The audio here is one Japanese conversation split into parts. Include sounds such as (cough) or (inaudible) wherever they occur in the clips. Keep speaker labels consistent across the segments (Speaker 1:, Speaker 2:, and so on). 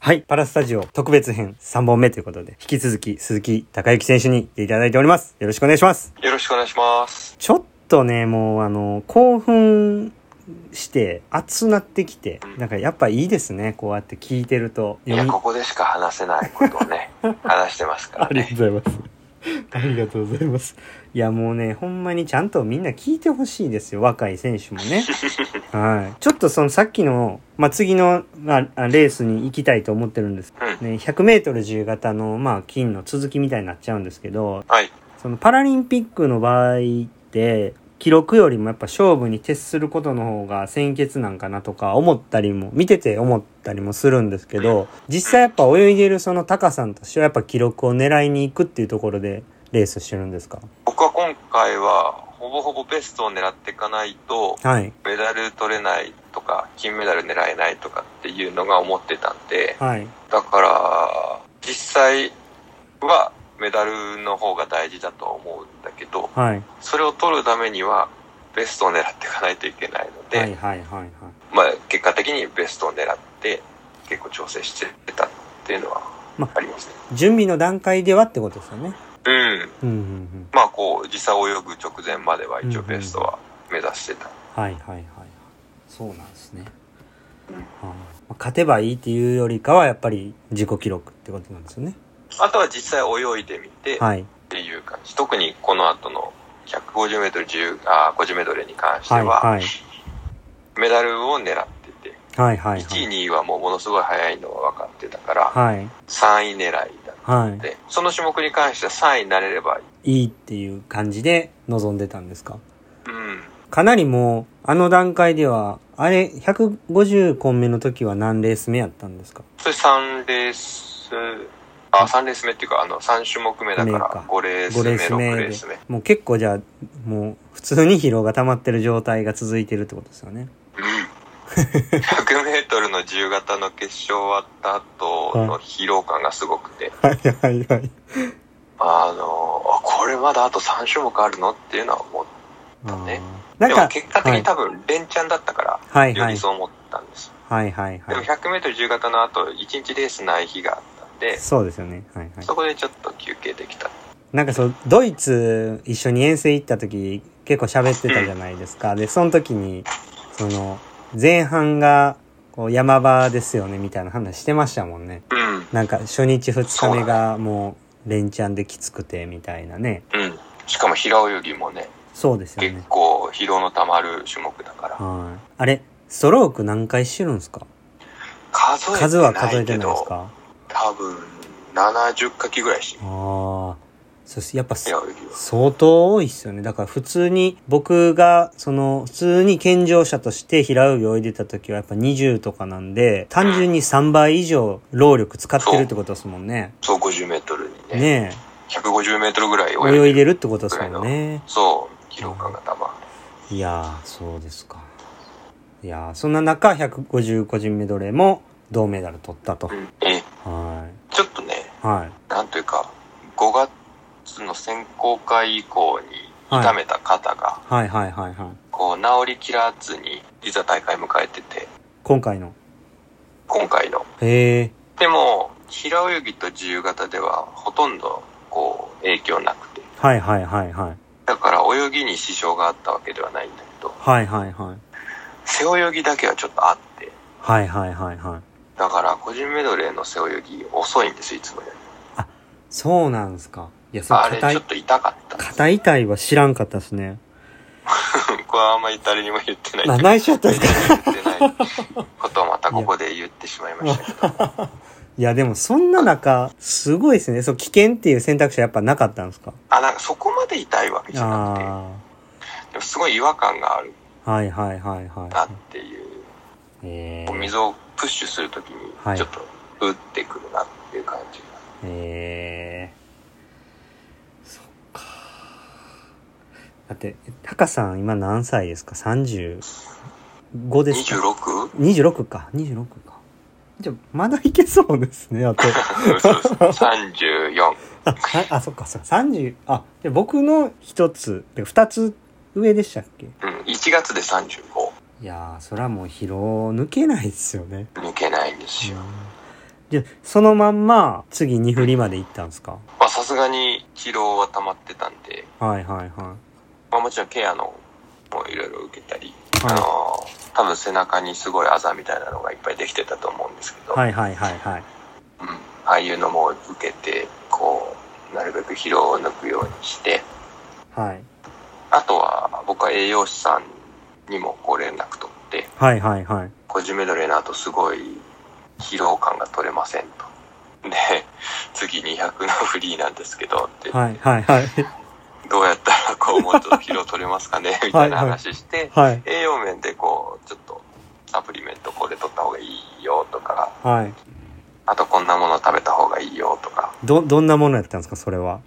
Speaker 1: はい、パラスタジオ特別編3本目ということで、引き続き鈴木孝之選手に来ていただいております。よろしくお願いします。
Speaker 2: よろしくお願いします。
Speaker 1: ちょっとね、もうあの、興奮して、熱なってきて、なんかやっぱいいですね、こうやって聞いてると。
Speaker 2: いや、ここでしか話せないことを (laughs) ね、話してますから
Speaker 1: ありがと
Speaker 2: ね。
Speaker 1: うございます。 (laughs) ありがとうございます。いや、もうね、ほんまにちゃんとみんな聞いてほしいですよ、若い選手も
Speaker 2: (laughs)
Speaker 1: ね。はい。ちょっとそのさっきの、まあ、次の、まあ、レースに行きたいと思ってるんです。
Speaker 2: うん。
Speaker 1: ね、100メートル自由形の、まあ、金の続きみたいになっちゃうんですけど、
Speaker 2: はい。
Speaker 1: そのパラリンピックの場合って、記録よりもやっぱ勝負に徹することの方が先決なんかなとか思ったりも、見てて思ったりもするんですけど、実際やっぱ泳いでるそのタカさんとしてはやっぱ記録を狙いに行くっていうところでレースしてるんですか
Speaker 2: 僕は今回は、ほぼほぼベストを狙っていかないと、
Speaker 1: はい。
Speaker 2: メダル取れないとか、金メダル狙えないとかっていうのが思ってたんで、
Speaker 1: はい。
Speaker 2: だから、実際はメダルの方が大事だと思うんだけど、
Speaker 1: はい。
Speaker 2: それを取るためには、ベストを狙っていかないといけないので、
Speaker 1: はいはいはいはい。
Speaker 2: まあ、結果的にベストを狙って、結構調整してたっていうのは
Speaker 1: まあ
Speaker 2: ありますね。
Speaker 1: 準備の段階ではってことですよね。
Speaker 2: うん。
Speaker 1: うんうんうん。
Speaker 2: まあ、こう、実際泳ぐ直前までは一応ベストは目指してた。
Speaker 1: はいはいはい。そうなんですね。
Speaker 2: うん
Speaker 1: あーまあ勝てばいいっていうよりかはやっぱり自己記録ってことなんですよね。
Speaker 2: あとは実際泳いでみてっ
Speaker 1: はい。
Speaker 2: ていう感じ。特にこの後の150メートル10、あー、50メートルに関して
Speaker 1: はい
Speaker 2: は、
Speaker 1: はい。
Speaker 2: メダルを狙ってて、
Speaker 1: はいはいは
Speaker 2: 1位、
Speaker 1: い。
Speaker 2: 2位はもうものすごい速いのは分かってたから、
Speaker 1: はい。
Speaker 2: 3位狙いだっ
Speaker 1: は
Speaker 2: て、その種目に関しては3位になれればいい。
Speaker 1: い。いいっていう感じで臨んでたんですか
Speaker 2: うん。
Speaker 1: かなりもう、あの段階では、あれ、150コン目の時は何レース目やったんですか
Speaker 2: それ3レース、あ、3レース目っていうか、あの、3種目目だか
Speaker 1: 目
Speaker 2: ら
Speaker 1: か、
Speaker 2: 5レース
Speaker 1: ?5 レ
Speaker 2: 目、
Speaker 1: ース
Speaker 2: 6レ
Speaker 1: 目
Speaker 2: ー
Speaker 1: で
Speaker 2: ス目。。
Speaker 1: もう結構じゃあ、もう普通に疲労が溜まってる状態が続いてるってことですよね。 (laughs)
Speaker 2: うん。100メートルの自由形の決勝終わった後の疲労感がすごくて、
Speaker 1: はいはいはい。
Speaker 2: あの、あこれまだあと3種目あるのっていうのは思って、ね
Speaker 1: なん
Speaker 2: でも
Speaker 1: か、
Speaker 2: 結果的に多分連チャンだったから、
Speaker 1: はい
Speaker 2: よ
Speaker 1: は
Speaker 2: り
Speaker 1: い。
Speaker 2: そう思ったんです。
Speaker 1: はいはい
Speaker 2: でも
Speaker 1: はい。
Speaker 2: 100メートル自由形の後、1日レースない日があったんで、
Speaker 1: そうですよね。はいはい。
Speaker 2: そこでちょっと休憩できた。
Speaker 1: なんかそう、ドイツ一緒に遠征行った時、結構喋ってたじゃないですか。で、その時に、その、前半が、こう、山場ですよね、みたいな話してましたもんね。
Speaker 2: うん。
Speaker 1: なんか、初日二日目が、もう、連チャンできつくて、みたいなね。
Speaker 2: うん。しかも平泳ぎもね、
Speaker 1: そうですよ
Speaker 2: 結
Speaker 1: ね。
Speaker 2: 構疲労のたまる種目だから。
Speaker 1: はい。あれ、ストローク何回してるんですか
Speaker 2: 数えてないけど
Speaker 1: 数は数えてないですか
Speaker 2: 多分70かきぐらいし
Speaker 1: ああー。そうです。やっぱ、
Speaker 2: 平泳ぎは
Speaker 1: 相当多いっすよね。だから普通に、僕が、その、普通に健常者として平泳ぎ泳いでた時はやっぱ20とかなんで、単純に3倍以上労力使ってるってことですもんね。
Speaker 2: そう 50m にね
Speaker 1: ね
Speaker 2: 150m ぐらい
Speaker 1: え。
Speaker 2: 泳
Speaker 1: 泳
Speaker 2: い
Speaker 1: い
Speaker 2: で
Speaker 1: でるってことですもんね。
Speaker 2: そう疲労感がたま
Speaker 1: いやー、そうですか。いやー、そんな中、150個人メドレーも銅メダル取ったと。
Speaker 2: る、うんえ
Speaker 1: は
Speaker 2: ちょっとね
Speaker 1: い。はい。
Speaker 2: なんというか5月の選考会以降に痛めた肩が、
Speaker 1: はいはいはいはい。
Speaker 2: こう治りきらずにいざ大会迎えてて
Speaker 1: 今回の。
Speaker 2: 今回の
Speaker 1: へえ。
Speaker 2: でも平泳ぎと自由形ではほとんどこう影響なくて
Speaker 1: はいはいはいはい。
Speaker 2: だから泳ぎに支障があったわけではないんだけど
Speaker 1: はいはいはい。
Speaker 2: 背泳ぎだけはちょっとあって
Speaker 1: はいはいはいはい。
Speaker 2: だから個人メドレーの背泳ぎ遅いんですいつもより
Speaker 1: そうなんですか。いや、それ
Speaker 2: あれ
Speaker 1: 硬
Speaker 2: ちょ
Speaker 1: い
Speaker 2: っ、と痛かった (laughs)
Speaker 1: 硬い体は知らんかったですね。
Speaker 2: これはあんまり誰にも言ってない
Speaker 1: あ、内緒やったんですか (laughs)
Speaker 2: 言ってないことをまたここで言ってしまいましたけど
Speaker 1: いや、でもそんな中、すごいですね。そう、危険っていう選択肢はやっぱなかったんですか
Speaker 2: あなんかそこまで痛いわけじゃなくて
Speaker 1: あ
Speaker 2: でもすごい違和感がある
Speaker 1: あ。はいはいはいは
Speaker 2: なっ
Speaker 1: い。
Speaker 2: ていう
Speaker 1: え
Speaker 2: こう
Speaker 1: ー、
Speaker 2: 水をプッシュするときに
Speaker 1: はい
Speaker 2: ちょっと打ってくるなっていう感じが
Speaker 1: えー、そっか。だって、タカさん今何歳ですか ?35 ですか (laughs)
Speaker 2: 26?
Speaker 1: 26か。26か。じゃあ、まだいけそうですね、あと。
Speaker 2: そうそう34
Speaker 1: あ、さあ、そっか、そっか、30、あ、で僕の一つ、で二つ上でしたっけ
Speaker 2: うん1月で35
Speaker 1: いやー、そらもう疲労抜けないですよね。
Speaker 2: 抜けないんですよ。
Speaker 1: で、そのまんま、次2振りまで行ったんですか
Speaker 2: まあさすがに疲労は溜まってたんで、
Speaker 1: はいはいは
Speaker 2: まあもちろんケアのもいろいろ受けたり、
Speaker 1: い。
Speaker 2: あの
Speaker 1: は
Speaker 2: ー多分背中にすごいあざみたいなのがいっぱいできてたと思うんですけど、
Speaker 1: い。はいはいはいはい。
Speaker 2: うん、ああいうのも受けて、こう、なるべく疲労を抜くようにして、
Speaker 1: はい。
Speaker 2: あとは僕は栄養士さんにもこう連絡取って、
Speaker 1: はいはいはい。
Speaker 2: 個人メドレーの後すごい疲労感が取れませんと。で、次200のフリーなんですけどって、
Speaker 1: はいはいはい。
Speaker 2: どうやったらこうもうちょっと疲労取れますかねみたいな話して、
Speaker 1: はい。
Speaker 2: 栄養面でこう、ちょっとサプリメントこれ取った方がいいよとか、
Speaker 1: はい。
Speaker 2: あとこんなもの食べた方がいいよとか。
Speaker 1: ど、どんなものやったんですかそれは。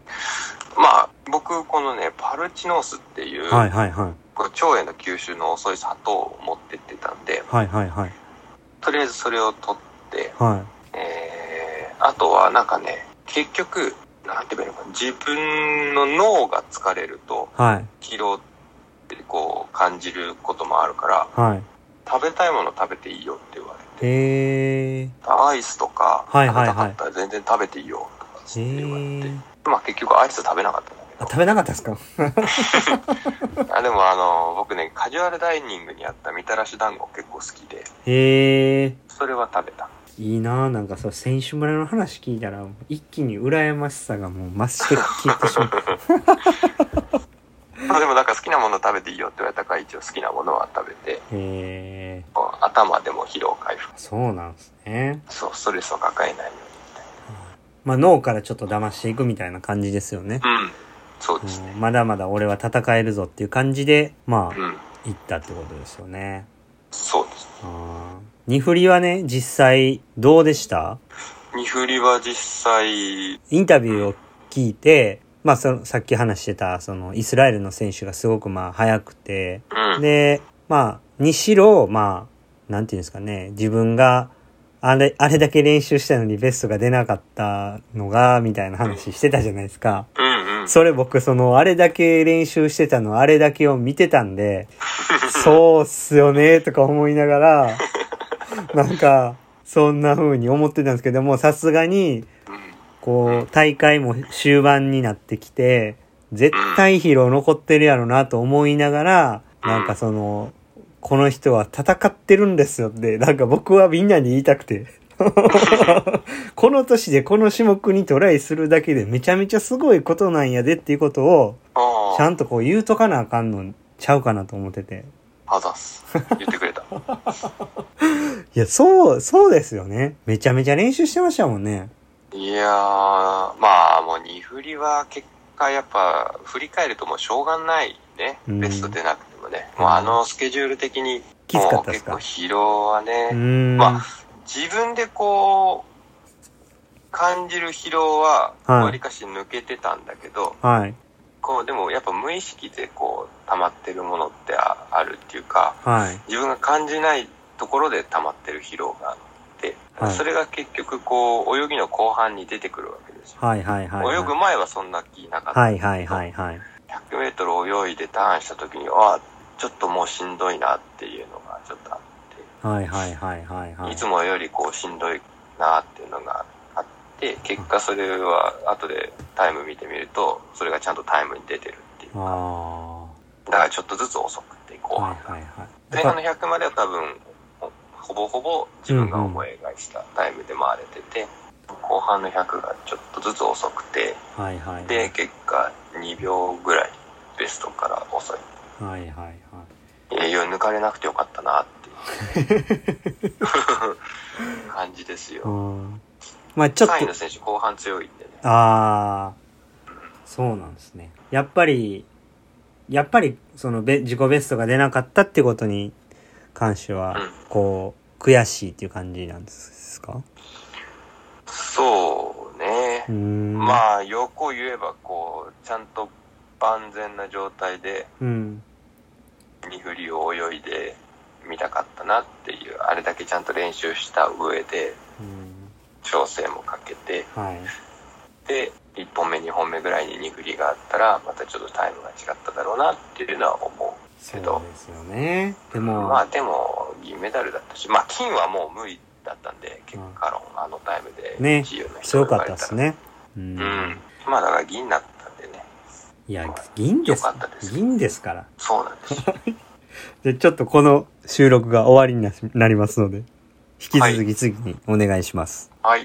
Speaker 2: まあ、僕このね、パルチノースっていう、
Speaker 1: はいはいはい。
Speaker 2: こう腸への吸収の遅い砂糖を持ってってたんで、
Speaker 1: はいはいはい。
Speaker 2: とりあえずそれを取って、
Speaker 1: は
Speaker 2: えー、あとはなんかね、結局、なんて言えばいいのかな、自分の脳が疲れると、
Speaker 1: い。はい。
Speaker 2: 疲労ってこう感じることもあるから、
Speaker 1: はい。
Speaker 2: 食べたいもの食べていいよって言われて、
Speaker 1: へえ。
Speaker 2: アイスとか、
Speaker 1: はいはいはい
Speaker 2: 食べたかったら全然食べていいよとかって言われ
Speaker 1: へ
Speaker 2: て、
Speaker 1: え。
Speaker 2: まあ結局アイス食べなかったんだけど
Speaker 1: あ、、食べなかったですか
Speaker 2: あでもあの、僕ね、カジュアルダイニングにあったみたらし団子結構好きで、
Speaker 1: へえ。
Speaker 2: それは食べた。
Speaker 1: いいなぁ。なんかそう、選手村の話聞いたら、一気に羨ましさがもう増して聞いてしまう。
Speaker 2: まあでもなんか好きなもの食べていいよって言われたから一応好きなものは食べて、
Speaker 1: へえ。
Speaker 2: こう頭でも疲労回復。
Speaker 1: そうなんですね。
Speaker 2: そう、ストレスを抱えないよ
Speaker 1: まあ脳からちょっと騙していくみたいな感じですよね。
Speaker 2: うに。うん。そうですね。
Speaker 1: うんまだまだ俺は戦えるぞっていう感じで、まあ、
Speaker 2: うん。
Speaker 1: 行ったってことですよね。
Speaker 2: そうです。
Speaker 1: あー二振りはね、実際どうでした
Speaker 2: 二振りは実際、
Speaker 1: インタビューを聞いて、まあその、さっき話してた、その、イスラエルの選手がすごくまあ、速くて、
Speaker 2: うん。
Speaker 1: で、まあ、にしろ、まあ、なんていうんですかね、自分が、あれ、あれだけ練習したのにベストが出なかったのが、みたいな話してたじゃないですか。
Speaker 2: うんうん。
Speaker 1: それ僕、その、あれだけ練習してたの、あれだけを見てたん
Speaker 2: (laughs)
Speaker 1: で、そうっすよね、とか思いな
Speaker 2: (laughs)
Speaker 1: がら、なんか、そんな風に思ってたんですけども、さすがに、
Speaker 2: うん
Speaker 1: こう、大会も終盤になってきて、絶対疲労残ってるやろなと思いながら、
Speaker 2: うん
Speaker 1: なんかその、この人は戦ってるんですよって、なんか僕はみんなに言いたくて。 (laughs) この年でこの種目にトライするだけでめちゃめちゃすごいことなんやでっていうことを、
Speaker 2: あ
Speaker 1: ちゃ
Speaker 2: あ。
Speaker 1: んとこう言うとかなあかんのちゃうかなと思ってて。
Speaker 2: あざっす。言ってくれた。
Speaker 1: いや、そう、そうですよね。めちゃめちゃ練習してましたもんね。
Speaker 2: いやー、まあもう二振りは結果やっぱ振り返るともうしょうがないね。
Speaker 1: うん
Speaker 2: ベスト出なくてもね。もうあのスケジュール的に、
Speaker 1: きつか
Speaker 2: も
Speaker 1: っ
Speaker 2: う
Speaker 1: たで
Speaker 2: 結
Speaker 1: す
Speaker 2: 構
Speaker 1: か
Speaker 2: 疲労はね、
Speaker 1: うーん。
Speaker 2: ま自分でこう、感じる疲労は、
Speaker 1: はい
Speaker 2: わりかし抜けてたんだけど、
Speaker 1: はい。
Speaker 2: こう、でもやっぱ無意識でこう、溜まってるものってああるっていうか、
Speaker 1: はい。
Speaker 2: 自分が感じないところで溜まってる疲労があって、
Speaker 1: はい
Speaker 2: それが結局こう、泳ぎの後半に出てくるわけですよ。
Speaker 1: はいはいはいはい。
Speaker 2: 泳ぐ前はそんな気なかった。
Speaker 1: はいはいはいはい。
Speaker 2: 100メートル泳いでターンした時に、ああ、ちょっともうしんどいなっていうのがちょっとあって、
Speaker 1: はいはいはいはいはい。
Speaker 2: いつもよりこうしんどいなっていうのがあって、結果それは後でタイム見てみると、それがちゃんとタイムに出てるっていう。
Speaker 1: あ
Speaker 2: だからちょっとずつ遅くて、
Speaker 1: あ。
Speaker 2: 後
Speaker 1: は
Speaker 2: 半
Speaker 1: い
Speaker 2: が。
Speaker 1: はいはい。
Speaker 2: 前半の100までは多分、ほほぼほぼ自分が思い描いたタイムで回れてて、後半の100がちょっとずつ遅くて、
Speaker 1: はいはいはい。
Speaker 2: で、結果2秒ぐらいベストから遅い。
Speaker 1: はいはいはい。
Speaker 2: 栄養抜かれなくてよかったなっていう感じですよ
Speaker 1: う。ん。まあちょっ
Speaker 2: 3位
Speaker 1: と
Speaker 2: の、選手後半強いんでね。
Speaker 1: ああ、そうなんですね。やっぱり、やっぱり、そのべ、自己ベストが出なかったってことに関しては
Speaker 2: うん、
Speaker 1: こう、悔しいっていう感じなんですか
Speaker 2: そうね
Speaker 1: うー。ん。あ。
Speaker 2: まあ、横言えばこう、ちゃんと万全な状態で、
Speaker 1: うん。
Speaker 2: 二振りを泳いでみたかったなっていう、あれだけちゃんと練習した上で、
Speaker 1: うん。
Speaker 2: 調整もかけて、
Speaker 1: はい。
Speaker 2: で、1本目、2本目ぐらいに二振りがあったら、またちょっとタイムが違っただろうなっていうのは思う。
Speaker 1: そ
Speaker 2: け
Speaker 1: う
Speaker 2: ど
Speaker 1: ですよね。でも、
Speaker 2: まあでも銀メダルだったしまあ金はもう無理だったんで結果論あのタイムで
Speaker 1: ね
Speaker 2: 1位の人
Speaker 1: 強
Speaker 2: が生れ
Speaker 1: かった
Speaker 2: ら
Speaker 1: ですね。うん
Speaker 2: うんまあだから銀になったんでね
Speaker 1: いや、銀です
Speaker 2: よかったです
Speaker 1: 銀ですから。
Speaker 2: そうなんですよ
Speaker 1: で、ちょっとこの収録が終わりになしなりますので、引き続き次にお願いします。
Speaker 2: はい